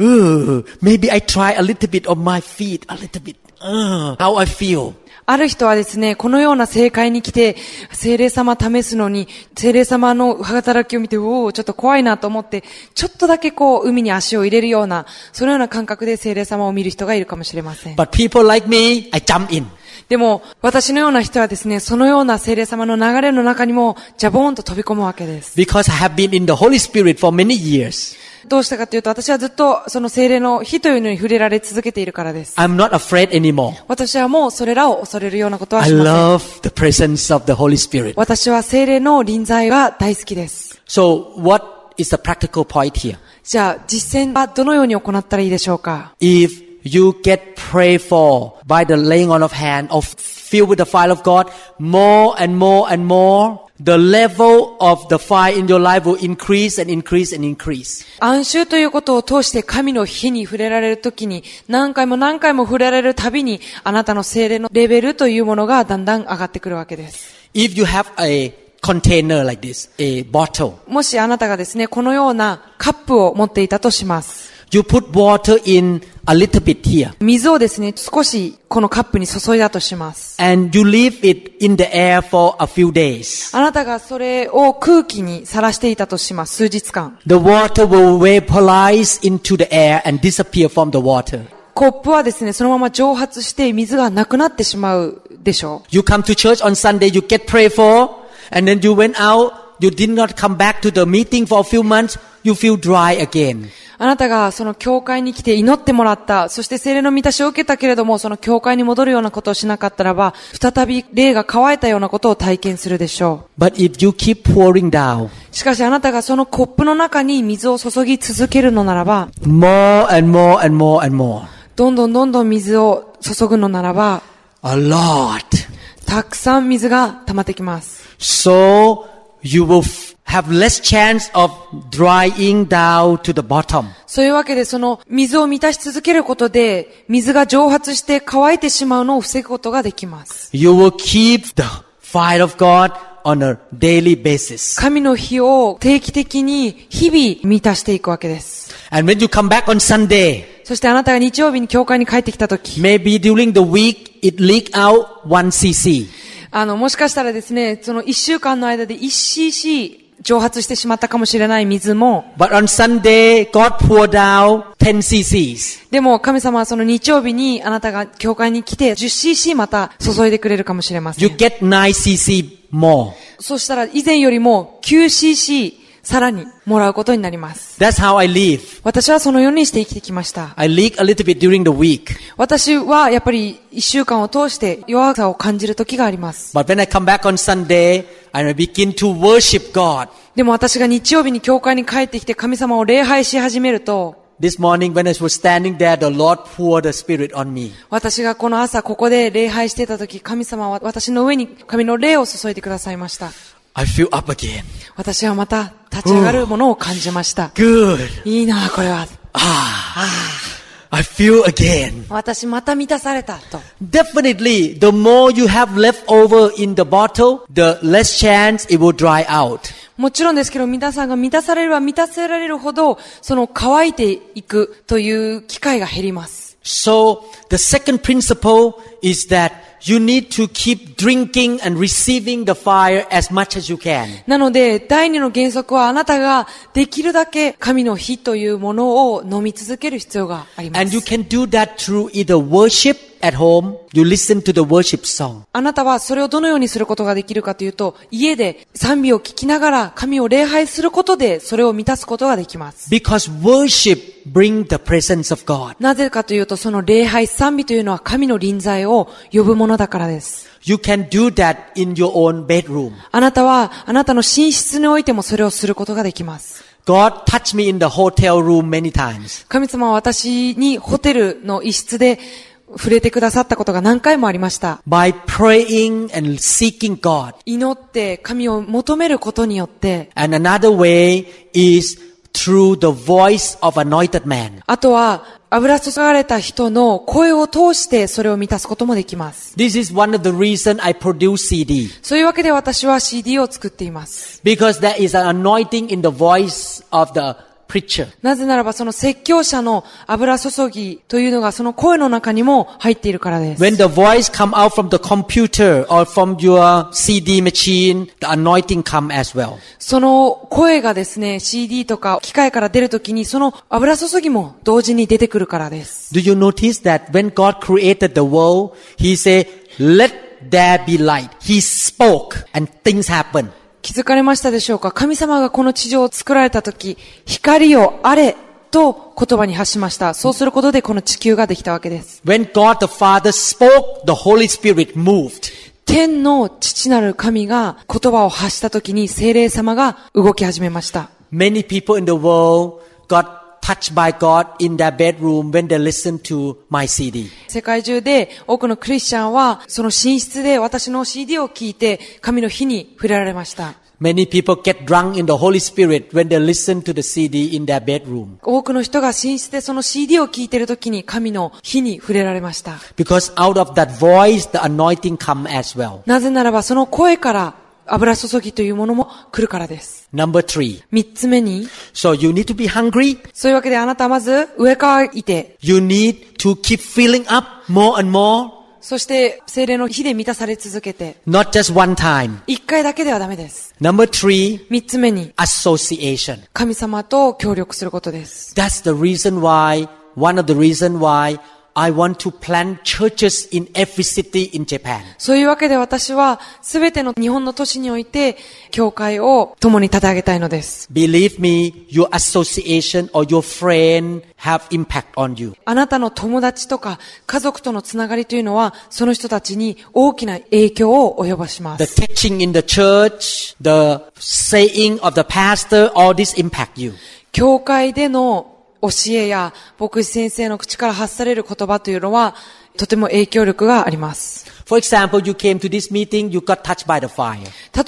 Speaker 2: ooh, maybe I try a little bit on my feet, a little bit. Uh, how I feel.
Speaker 3: ある人はですね、このような正解に来て、精霊様試すのに、精霊様の働きを見て、おお、ちょっと怖いなと思って、ちょっとだけこう、海に足を入れるような、そのような感覚で精霊様を見る人がいるかもしれません。
Speaker 2: But people like me, I jump in.
Speaker 3: でも、私のような人はですね、そのような精霊様の流れの中にも、ジャボーンと飛び込むわけです。
Speaker 2: Because I have been in the Holy Spirit for many years.
Speaker 3: どうしたかというと、私はずっと、その精霊の火というのに触れられ続けているからです。
Speaker 2: I'm not afraid anymore.
Speaker 3: 私はもうそれらを恐れるようなことは
Speaker 2: I
Speaker 3: しませ
Speaker 2: love
Speaker 3: ん。
Speaker 2: the presence of the Holy Spirit.
Speaker 3: 私は精霊の臨在が大好きです。
Speaker 2: So what is the practical point here?
Speaker 3: じゃあ、実践はどのように行ったらいいでしょうか
Speaker 2: If you get prayed for by the laying on of hand or filled with the fire of God more and more and more, the level of the fire in your life will increase and increase and increase.
Speaker 3: 暗衆ということを通して神の火に触れられるときに、何回も何回も触れられるたびに、あなたの精霊のレベルというものがだんだん上がってくるわけです。
Speaker 2: If you have a container like this, a bottle.
Speaker 3: もしあなたがですね、このようなカップを持っていたとします。
Speaker 2: You put water in a little bit here
Speaker 3: 水をですね、少しこのカップに注いだとします。
Speaker 2: and you leave it in the air for a few days.
Speaker 3: あなたがそれを空気にさらしていたとします、数日間。
Speaker 2: The water will vaporize into the air and disappear from the water.
Speaker 3: コップはですね、そのまま蒸発して水がなくなってしまうでしょう。
Speaker 2: You come to church on Sunday, you get prayed for, and then you went out, you did not come back to the meeting for a few months, you feel dry again.
Speaker 3: あなたがその教会に来て祈ってもらった、そして精霊の満たしを受けたけれども、その教会に戻るようなことをしなかったらば、再び霊が乾いたようなことを体験するでしょ
Speaker 2: But if you keep pouring down
Speaker 3: う。しかしあなたがそのコップの中に水を注ぎ続けるのならば、
Speaker 2: more and more and more and more,
Speaker 3: どんどんどんどん水を注ぐのならば、
Speaker 2: a lot,
Speaker 3: たくさん水が溜まってきます。
Speaker 2: so you will f- have less chance of drying down to the bottom.
Speaker 3: そういうわけで、その水を満たし続けることで、水が蒸発して乾いてしまうのを防ぐことができます。
Speaker 2: You will keep the fire of God on a daily basis.
Speaker 3: 神の火を定期的に日々満たしていくわけです。
Speaker 2: And when you come back on Sunday,
Speaker 3: そしてあなたが日曜日に教会に帰ってきたとき、
Speaker 2: maybe during the week it leak out 1 cc.
Speaker 3: あの、もしかしたらですね、その一週間の間で 1cc 蒸発してしまったかもしれない水も、
Speaker 2: But on Sunday, God poured out 10 cc's.
Speaker 3: でも神様はその日曜日にあなたが教会に来て 10cc また注いでくれるかもしれませ
Speaker 2: You
Speaker 3: ん。
Speaker 2: get 9 cc more.
Speaker 3: そしたら以前よりも 9cc さらにもらうことになります。
Speaker 2: That's how I live.
Speaker 3: 私はそのようにして生きてきました。
Speaker 2: I leak a little bit during the week.
Speaker 3: 私はやっぱり一週間を通して弱さを感じる時があります。
Speaker 2: But when I come back on Sunday and I begin to worship God,
Speaker 3: でも私が日曜日に教会に帰ってきて神様を礼拝し始めると、
Speaker 2: this morning when I was standing there, the Lord poured the Spirit on me.
Speaker 3: 私がこの朝ここで礼拝してた時、神様は私の上に神の霊を注いでくださいました。
Speaker 2: I feel up again.
Speaker 3: 私はまた立ち上がるものを感じました。
Speaker 2: Good.
Speaker 3: いいなあこれは。
Speaker 2: Ah, I feel again.
Speaker 3: 私また満たされたと。
Speaker 2: Definitely, the more you have left over in the bottle, the less chance it will dry out.
Speaker 3: もちろんですけど、皆さんが満たされれば満たせられるほど、その乾いていくという機会が減ります。
Speaker 2: So, the second principle is that you need to keep drinking and receiving the fire as much as you can.
Speaker 3: なので、第二の原則はあなたができるだけ神の火というものを飲み続ける必要がありま
Speaker 2: And you
Speaker 3: す。
Speaker 2: can do that through either worship at home, you listen to the worship song,
Speaker 3: あなたはそれをどのようにすることができるかというと、家で賛美を聞きながら神を礼拝することでそれを満たすことができます。
Speaker 2: because worship brings the presence of God.
Speaker 3: なぜかというと、その礼拝賛美というのは神の臨在を呼ぶものだからです。
Speaker 2: You can do that in your own bedroom.
Speaker 3: あなたは、あなたの寝室においてもそれをすることができます。
Speaker 2: God touched me in the hotel room many times.
Speaker 3: 神様は私にホテルの一室で触れてくださったことが何回もありました。
Speaker 2: By praying and seeking God.
Speaker 3: 祈って神を求めることによって、
Speaker 2: And another way is through the voice of anointed man.
Speaker 3: あとは油注がれた人の声を通してそれを満たすこともできます。
Speaker 2: This is one of the reason I produce CD
Speaker 3: そういうわけで私は CD を作っています。
Speaker 2: because there is an anointing in the voice of the preacher.
Speaker 3: なぜならばその説教者の油注ぎというのがその声の中にも入っているからです。
Speaker 2: When the voice come out from the computer or from your CD machine, the anointing come as well.
Speaker 3: その声がですね、CD とか機械から出るときにその油注ぎも同時に出てくるからです。
Speaker 2: Do you notice that when God created the world, He said, "Let there be light." He spoke, and things happened.
Speaker 3: 気づかれましたでしょうか神様がこの地上を作られたとき、光をあれと言葉に発しました。そうすることでこの地球ができたわけです。
Speaker 2: When God the Father spoke, the Holy Spirit moved.
Speaker 3: 天の父なる神が言葉を発したときに精霊様が動き始めました。
Speaker 2: Many people in the world got touched by God in their bedroom when they listened to my CD.
Speaker 3: 世界中で多くのクリスチャンはその寝室で私の CD を聞いて神の火に触れられました。
Speaker 2: Many people get drunk in the Holy Spirit when they listen to the CD in their bedroom.
Speaker 3: 多くの人が寝室でその CD を聴いている時に神の火に触れられました。
Speaker 2: Because out of that voice, the anointing come as well.
Speaker 3: なぜならばその声から油注ぎというものも来るからです。
Speaker 2: Number three.
Speaker 3: 三つ目に、
Speaker 2: So you need to be hungry.
Speaker 3: そういうわけであなたはまず上からいて、
Speaker 2: You need to keep filling up more and more,
Speaker 3: そして精霊の火で満たされ続けて、
Speaker 2: not just one time.
Speaker 3: 一回だけではダメです。
Speaker 2: Number three,
Speaker 3: 三つ目に、
Speaker 2: association.
Speaker 3: 神様と協力することです。
Speaker 2: That's the reason why, one of the reason why I want to plant churches in every city in Japan.
Speaker 3: そういうわけで私は、すべての日本の都市において、教会を共に立て上げたいのです。
Speaker 2: Believe me, your association or your friend have impact on you.
Speaker 3: あなたの友達とか家族とのつながりというのは、その人たちに大きな影響を及ぼしま
Speaker 2: The
Speaker 3: す。
Speaker 2: teaching in the church, the saying of the pastor, all this impact you.
Speaker 3: 教会での教えや牧師先生の口から発される言葉というのは、とても影響力があります。
Speaker 2: For example, you came to this meeting, you got touched by the fire.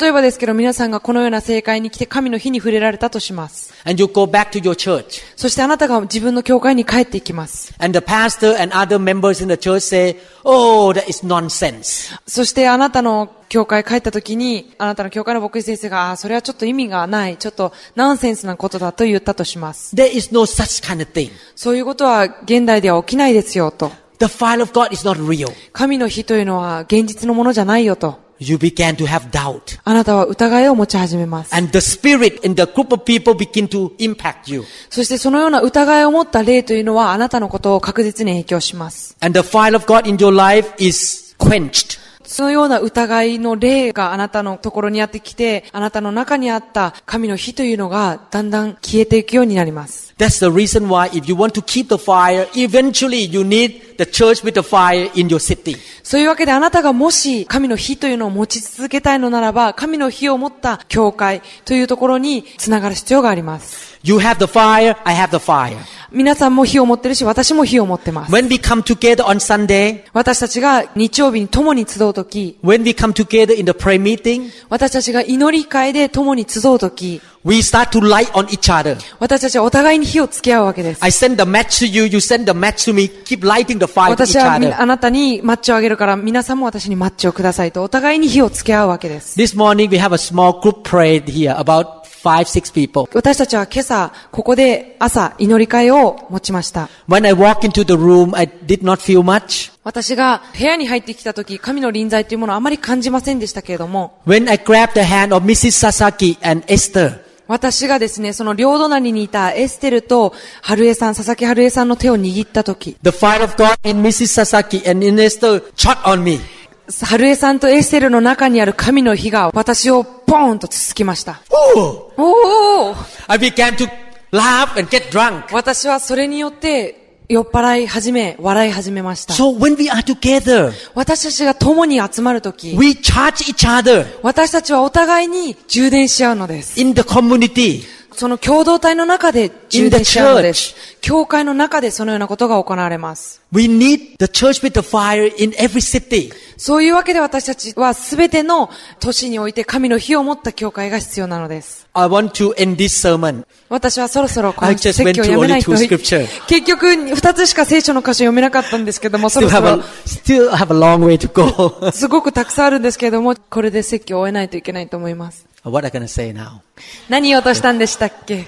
Speaker 3: 例えばですけど、皆さんがこのような正解に来て神の火に触れられたとします。
Speaker 2: And you go back to your church.
Speaker 3: そしてあなたが自分の教会に帰っていきます。
Speaker 2: And the pastor and other members in the church say, Oh, that is nonsense.
Speaker 3: そしてあなたの教会帰った時に、あなたの教会の牧師先生が、あーそれはちょっと意味がない、ちょっとナンセンスなことだと言ったとします。
Speaker 2: There is no such kind of thing.
Speaker 3: そういうことは現代では起きないですよ、と。
Speaker 2: The fire of God is not real.
Speaker 3: 神の火というのは現実のものじゃないよ、と。
Speaker 2: You began to have doubt.
Speaker 3: あなたは疑いを持ち始めます。
Speaker 2: And the spirit in the group of people begin to impact you.
Speaker 3: そしてそのような疑いを持った霊というのはあなたのことを確実に影響します。
Speaker 2: And the fire of God in your life is quenched.
Speaker 3: そのような疑いの霊があなたのところにやってきて、あなたの中にあった神の火というのがだんだん消えていくようになります。
Speaker 2: That's the reason why if you want to keep the fire, eventually you need the church with the fire in your city.
Speaker 3: そういうわけであなたがもし神の火というのを持ち続けたいのならば、神の火を持った教会というところにつながる必要があります。
Speaker 2: You have the fire, I have the fire.
Speaker 3: 皆さんも火を持ってるし、私も火を持ってます。
Speaker 2: When we come together on Sunday,
Speaker 3: 私たちが日曜日に共に集うとき、
Speaker 2: when we come together in the prayer meeting,
Speaker 3: 私たちが祈り会で共に集うとき、
Speaker 2: we start to light on each other.
Speaker 3: 私たちはお互いに火をつけ合うわけです。
Speaker 2: I send the match to you, you send the match to me, keep lighting the fire to each
Speaker 3: 私はみ
Speaker 2: other.
Speaker 3: あなたにマッチをあげるから、皆さんも私にマッチをくださいと、お互いに火をつけ合うわけです。
Speaker 2: This morning we have a small group prayer here, about five, six people.
Speaker 3: 私たちは今朝、ここで朝、祈り会を持ちました。
Speaker 2: When I walk into the room, I did not feel much.
Speaker 3: 私が部屋に入ってきた時、神の臨在というものをあまり感じませんでしたけれども、
Speaker 2: When I grabbed the hand of Mrs. Sasaki and Esther,
Speaker 3: 私がですね、その両隣にいたエステルと春江さん、佐々木春江さんの手を握った時、
Speaker 2: the fire of God in Mrs. Sasaki and in Esther shot on me.
Speaker 3: 春江さんとエステルの中にある神の火が私をポーンとつつきました。
Speaker 2: Ooh!
Speaker 3: お
Speaker 2: Oh,
Speaker 3: ー
Speaker 2: I began to laugh and get drunk.
Speaker 3: 私はそれによって酔っ払い始め、笑い始めました。
Speaker 2: So when we are together,
Speaker 3: 私たちが共に集まるとき、
Speaker 2: we charge each other
Speaker 3: 私たちはお互いに充電し合うのです。
Speaker 2: in the community.
Speaker 3: その共同体の中で充電し合うのです。教会の中でそのようなことが行われます。
Speaker 2: We need the church with the fire in every city.
Speaker 3: そういうわけで私たちはすべての都市において神の火を持った教会が必要なのです。
Speaker 2: I want to end this sermon.
Speaker 3: 私はそろそろこ
Speaker 2: I
Speaker 3: の
Speaker 2: just
Speaker 3: 説教を
Speaker 2: went
Speaker 3: や
Speaker 2: through
Speaker 3: めない
Speaker 2: only
Speaker 3: と
Speaker 2: two scripture.
Speaker 3: 結局二つしか聖書の箇所読めなかったんですけども、そ
Speaker 2: Still
Speaker 3: ろそ
Speaker 2: have a,
Speaker 3: ろ
Speaker 2: still have a long way to go.
Speaker 3: すごくたくさんあるんですけれども、これで説教を終えないといけないと思います。
Speaker 2: Uh, what I going to say now?
Speaker 3: 何を落としたんでしたっけ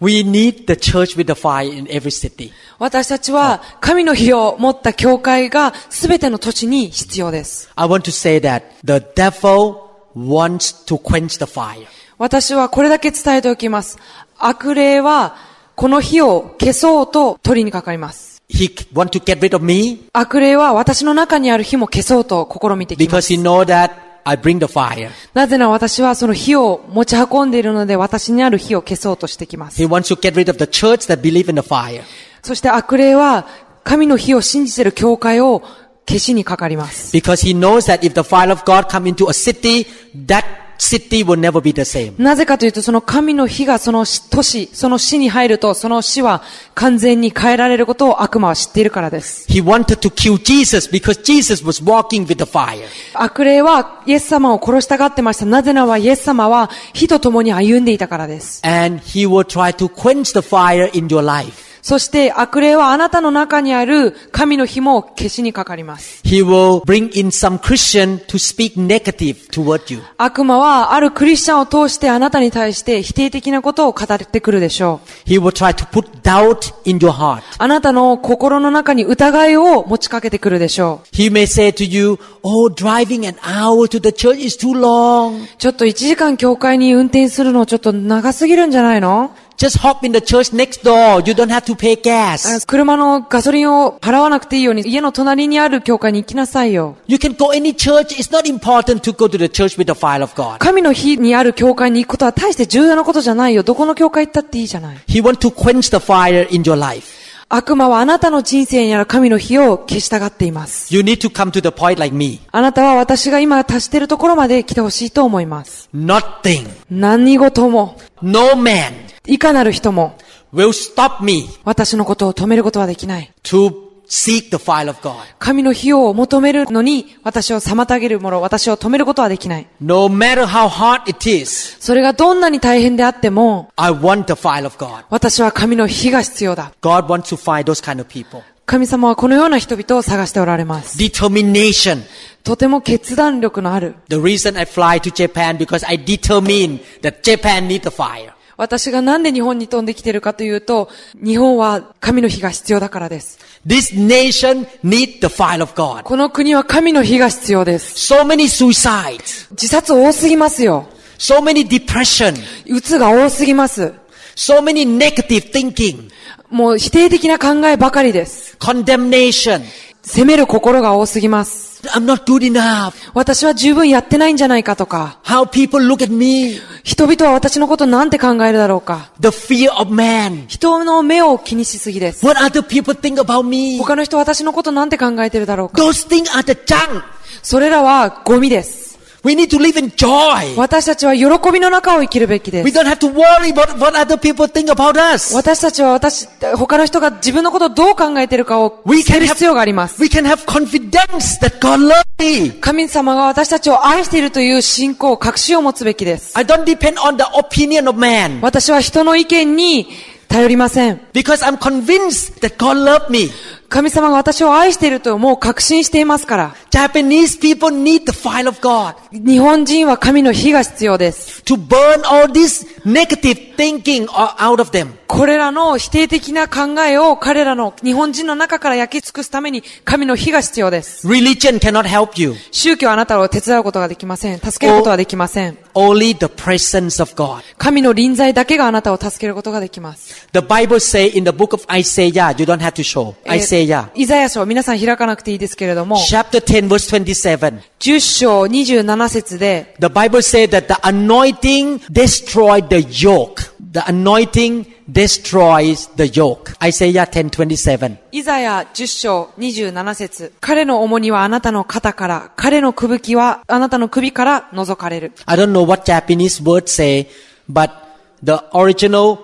Speaker 2: We need the church with the fire in every city.
Speaker 3: 私たちは神の火を持った教会が全ての土地に必要です。
Speaker 2: I want to say that the devil wants to quench the fire.
Speaker 3: 私はこれだけ伝えておきます。悪霊はこの火を消そうと取りにかかります。
Speaker 2: He want to get rid of me
Speaker 3: 悪霊は私の中にある火も消そうと試みてきま
Speaker 2: because
Speaker 3: す。
Speaker 2: he know that I bring the fire.
Speaker 3: なぜなら私はその火を持ち運んでいるので私にある火を消そうとしてきま
Speaker 2: He
Speaker 3: す。
Speaker 2: wants to get rid of the church that believe in the fire.
Speaker 3: そして悪霊は神の火を信じている教会を消しにかかります。
Speaker 2: Because he knows that if the fire of God come into a city, that city will never be the same.
Speaker 3: なぜかというと、その神の火がその都市、その死に入ると、その死は完全に変えられることを悪魔は知っているからです。
Speaker 2: He wanted to kill Jesus because Jesus was walking with the fire.
Speaker 3: 悪霊はイエス様を殺したがってました。なぜならばイエス様は火と共に歩んでいたからです。
Speaker 2: And he will try to quench the fire in your life.
Speaker 3: そして悪霊はあなたの中にある神の紐を消しにかかります。
Speaker 2: He will bring in some Christian to speak negative toward you.
Speaker 3: 悪魔はあるクリスチャンを通してあなたに対して否定的なことを語ってくるでしょう。
Speaker 2: He will try to put doubt in your heart.
Speaker 3: あなたの心の中に疑いを持ちかけてくるでしょ
Speaker 2: He may say to you, Oh, driving an hour to the church is too long.
Speaker 3: う。ちょっと1時間教会に運転するのちょっと長すぎるんじゃないの
Speaker 2: Just hop in the church next door. You don't have to pay
Speaker 3: あ
Speaker 2: gas.
Speaker 3: 車のガソリンを払わなくていいように家の隣にある教会に行きなさいよ。
Speaker 2: You can go any church. It's not important to go to the church with the file of God.
Speaker 3: 神の日にある教会に行くことは大して重要なことじゃないよ。どこの教会行ったっていいじゃない。
Speaker 2: He wants to quench the fire in your life.
Speaker 3: 悪魔はあなたの人生にある神の火を消したがっています。
Speaker 2: You need to come to the point like me.
Speaker 3: あなたは私が今達しているところまで来てほしいと思います。
Speaker 2: Nothing,
Speaker 3: 何事も、
Speaker 2: no man
Speaker 3: いかなる人も、
Speaker 2: will stop me
Speaker 3: 私のことを止めることはできない。
Speaker 2: to seek the file of God.
Speaker 3: 神の火を求めるのに、私を妨げるもの、私を止めることはできない。
Speaker 2: No matter how hard it is,
Speaker 3: それがどんなに大変であっても、
Speaker 2: I want the file of God.
Speaker 3: 私は神の火が必要だ。
Speaker 2: God wants to find those kind of people.
Speaker 3: 神様はこのような人々を探しておられます。
Speaker 2: Determination.
Speaker 3: とても決断力のある。
Speaker 2: The reason I fly to Japan because I determine that Japan needs the fire.
Speaker 3: 私がなんで日本に飛んできてるかというと、日本は神の火が必要だからです。
Speaker 2: This nation needs the fire of God.
Speaker 3: この国は神の火が必要です。
Speaker 2: So many suicides,
Speaker 3: 自殺多すぎますよ。
Speaker 2: so many depression,
Speaker 3: 鬱が多すぎます。
Speaker 2: so many negative thinking,
Speaker 3: もう否定的な考えばかりです。
Speaker 2: condemnation.
Speaker 3: 責める心が多すぎます。
Speaker 2: I'm not good enough.
Speaker 3: 私は十分やってないんじゃないかとか、
Speaker 2: How people look at me.
Speaker 3: 人々は私のことなんて考えるだろうか。
Speaker 2: The fear of man.
Speaker 3: 人の目を気にしすぎです。
Speaker 2: What other people think about me.
Speaker 3: 他の人は私のことなんて考えてるだろうか。
Speaker 2: Those things are the junk.
Speaker 3: それらはゴミです。
Speaker 2: We need to live in joy.
Speaker 3: 私たちは喜びの中を生きるべきで
Speaker 2: We
Speaker 3: す。
Speaker 2: don't have to worry about what other people think about us.
Speaker 3: 私たちは私、他の人が自分のことをどう考えてるかを
Speaker 2: We
Speaker 3: 知
Speaker 2: can
Speaker 3: る
Speaker 2: have,
Speaker 3: 必要があります。
Speaker 2: we can have confidence that God loves me.
Speaker 3: 神様が私たちを愛しているという信仰、確信を持つべきです。
Speaker 2: I don't depend on the opinion of man
Speaker 3: 私は人の意見に頼りません。
Speaker 2: because I'm convinced that God loves me.
Speaker 3: 神様が私を愛しているともう確信していますから。
Speaker 2: Japanese people need the fire of God
Speaker 3: 日本人は神の火が必要です。
Speaker 2: to burn all this negative thinking o- out of them.
Speaker 3: これらの否定的な考えを彼らの日本人の中から焼き尽くすために神の火が必要です。
Speaker 2: Religion cannot help you.
Speaker 3: 宗教はあなたを手伝うことができません。助けることはできません。
Speaker 2: Only the presence of God.
Speaker 3: 神の臨在だけがあなたを助けることができます。
Speaker 2: The Bible say in the book of Isaiah, you don't have to show.
Speaker 3: えー
Speaker 2: Isaiah.
Speaker 3: イザヤ書、皆さん開かなくていいですけれども、
Speaker 2: Chapter 10 verse 27.
Speaker 3: 10章27節で、
Speaker 2: The Bible says that the anointing destroyed the yoke. The anointing destroys the yoke. Isaiah 10:27.
Speaker 3: イザヤ10章27節彼の重荷はあなたの肩から、彼の吹雪はあなたの首から覗かれる。
Speaker 2: I don't know what Japanese words say, but the original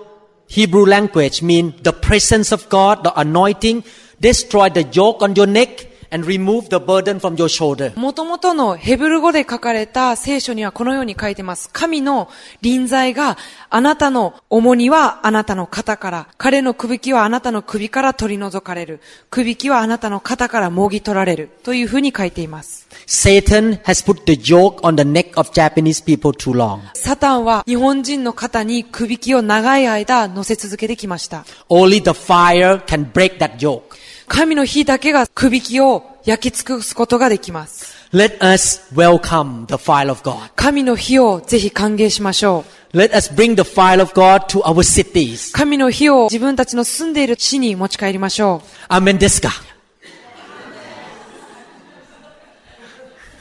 Speaker 2: Hebrew language mean the presence of God, the anointing, destroy the yoke on your neck and remove the burden from your shoulder.
Speaker 3: 元々のヘブル語で書かれた聖書にはこのように書いてます。神の臨在があなたの重荷はあなたの肩から、彼の吹雪はあなたの首から取り除かれる。吹雪はあなたの肩からもぎ取られる。というふうに書いています。
Speaker 2: Satan has put the yoke on the neck of Japanese people too long.
Speaker 3: サタンは日本人の肩に首きを長い間乗せ続けてきました。
Speaker 2: Only the fire can break that yoke.
Speaker 3: 神の火だけが首きを焼き尽くすことができます。
Speaker 2: Let us welcome the fire of God.
Speaker 3: 神の火をぜひ歓迎しましょう。
Speaker 2: Let us bring the fire of God to our cities.
Speaker 3: 神の火を自分たちの住んでいる地に持ち帰りましょ
Speaker 2: Amen desu ka?
Speaker 3: う。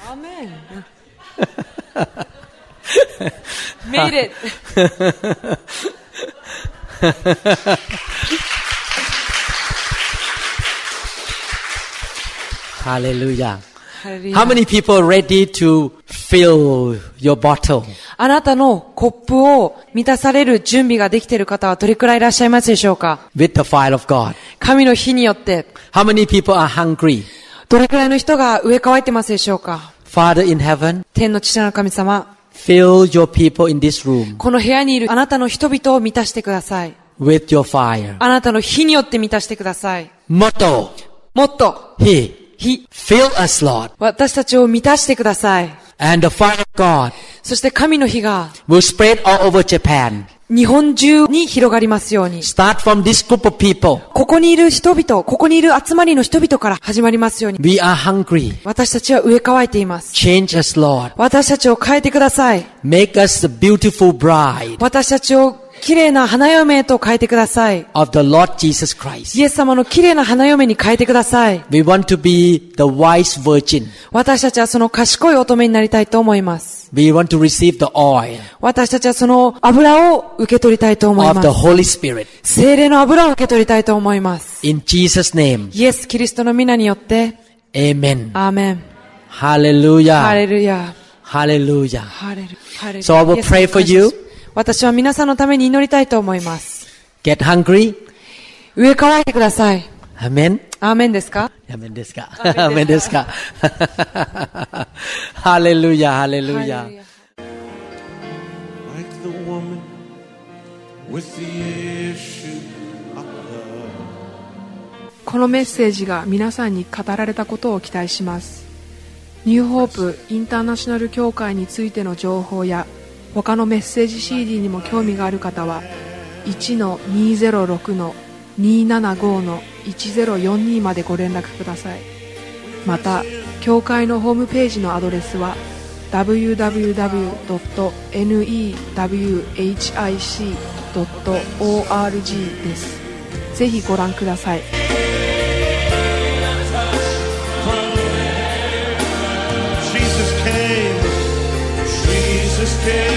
Speaker 3: アメン。メイレ。
Speaker 2: Hallelujah. How many people are ready to fill your bottle?
Speaker 3: あなたのコップを満たされる準備ができている方はどれくらいいらっしゃいますでしょうか
Speaker 2: With the fire of God.
Speaker 3: 神の火によって、
Speaker 2: How many people are hungry?
Speaker 3: どれくらいの人が植え替えてますでしょうか
Speaker 2: Father in heaven,
Speaker 3: 天の父なる神様、
Speaker 2: fill your people in this room
Speaker 3: この部屋にいるあなたの人々を満たしてください。
Speaker 2: with your fire.
Speaker 3: あなたの火によって満たしてください。
Speaker 2: Motto,
Speaker 3: もっと、
Speaker 2: He,
Speaker 3: 火、
Speaker 2: fill us, Lord,
Speaker 3: 私たちを満たしてください。
Speaker 2: and the fire of God
Speaker 3: そして神の火が
Speaker 2: will spread all over Japan.
Speaker 3: 日本中に広がりますように。
Speaker 2: Start from this group of people.
Speaker 3: ここにいる人々、ここにいる集まりの人々から始まりますように。
Speaker 2: We are hungry.
Speaker 3: 私たちは植え替えています。
Speaker 2: Change us, Lord.
Speaker 3: 私たちを変えてください。
Speaker 2: Make us the beautiful bride
Speaker 3: 私たちを綺麗な花嫁へと変えてください。
Speaker 2: of the Lord Jesus Christ.
Speaker 3: イエス様の綺麗な花嫁に変えてください。
Speaker 2: We want to be the wise virgin.
Speaker 3: 私たちはその賢い乙女になりたいと思います。
Speaker 2: We want to receive the oil
Speaker 3: 私たちはその油を受け取りたいと思い
Speaker 2: of
Speaker 3: ま
Speaker 2: the
Speaker 3: す。
Speaker 2: Holy Spirit.
Speaker 3: 精霊の油を受け取りたいと思います。
Speaker 2: In Jesus' name.
Speaker 3: イエス・キリストの皆によって、
Speaker 2: Amen.
Speaker 3: アーメン。ハレ
Speaker 2: Hallelujah.
Speaker 3: ルヤ。
Speaker 2: Hallelujah.
Speaker 3: ハレルハレル
Speaker 2: So I will pray for you.
Speaker 3: 私は皆さんのために祈りたいと思います。
Speaker 2: Get hungry.
Speaker 3: 上からいてください。
Speaker 2: Amen.
Speaker 3: アーメンですか
Speaker 2: Amen ですか
Speaker 3: Amen
Speaker 2: Amen ですか Hallelujah. Hallelujah.
Speaker 4: like the woman with the issue of blood.
Speaker 5: このメッセージが皆さんに語られたことを期待しますニューホープインターナショナル協会についての情報や他のメッセージ CD にも興味がある方は1-206-275-1042までご連絡くださいまた協会のホームページのアドレスは www.newhic.org ですぜひご覧ください
Speaker 4: Jesus came, Jesus came.